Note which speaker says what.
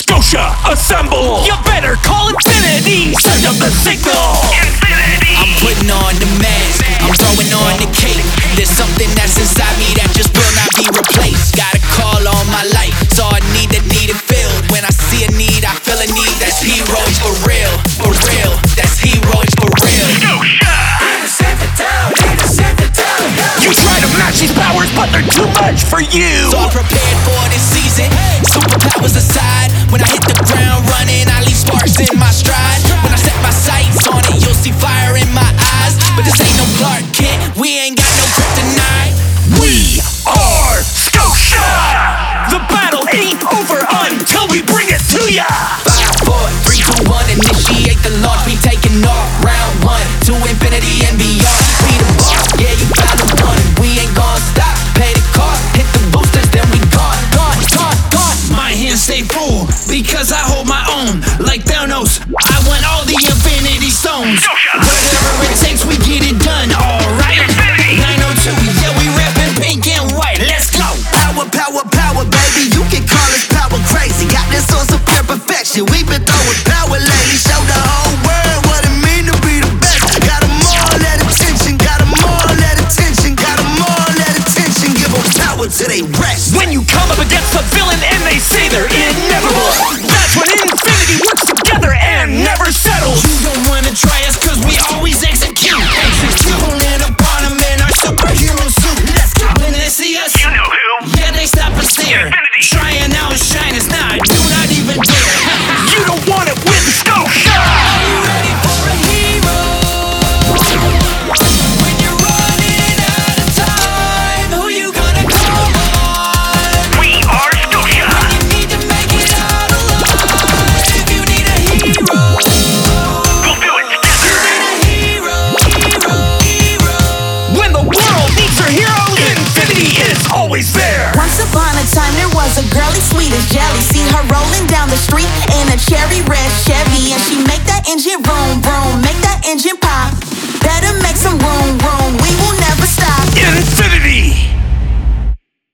Speaker 1: Scotia, assemble! You better call Infinity! Send up the signal!
Speaker 2: I'm putting on the mask, I'm throwing on the cape. There's something that's inside me that just will not be replaced. Got a call on my life, saw a need that needed filled. When I see a need, I feel a need. That's heroics for real, for real. That's heroics for real.
Speaker 1: You try to match these powers, but they're too much for you!
Speaker 2: So I'm prepared for this season. Superpowers aside, when I hit the ground running, I leave sparks in my stride. When I set my sights on it, you'll see fire in my eyes. But this ain't no Clark Kent, we ain't got no kryptonite.
Speaker 1: We are Scotia! The battle ain't over until we bring it to ya!
Speaker 2: Five, four, three, two, one, initiate the launch. We taking off round one to infinity and beyond. We the boss, yeah, you gotta run. We ain't gonna stop. Pay the cost, hit the boosters, then we gone, gone, gone, gone.
Speaker 3: My hands stay full because I hold my own like Thanos. I want all the Infinity Stones. Whatever it takes, we get it done. All right. 902, yeah, we rapping pink and white. Let's go.
Speaker 4: Power, power, power, baby. You can call us power crazy. Got that source of pure perfection. We've been throwing power lately. Show the whole world what it mean to be the best. Got 'em all at attention. Got 'em all at attention. Got 'em all at attention. Give 'em power till they rest.
Speaker 1: When you come up against a villain and they say they're inevitable, that's when Infinity works together and never settles!
Speaker 3: You don't wanna try us cause we always execute. Execute. Pulling upon 'em in our superhero suit. Let's go. When they see us, you know who. Yeah, they stop and stare. Trying out shine us not. Do not even dare.
Speaker 1: You don't want it with Scotia!
Speaker 3: Are you ready for a hero? When you're running out of time, who you gonna call on?
Speaker 1: We are Scotia!
Speaker 3: You need to make it out alive. If you need a hero,
Speaker 1: We'll do it together!
Speaker 3: a hero, hero, hero.
Speaker 1: When the world needs their heroes, Infinity is always there!
Speaker 5: Once upon a time, there was a girl as sweet as jelly. See her rolling down the street in a cherry red Chevy, and she make that engine vroom vroom.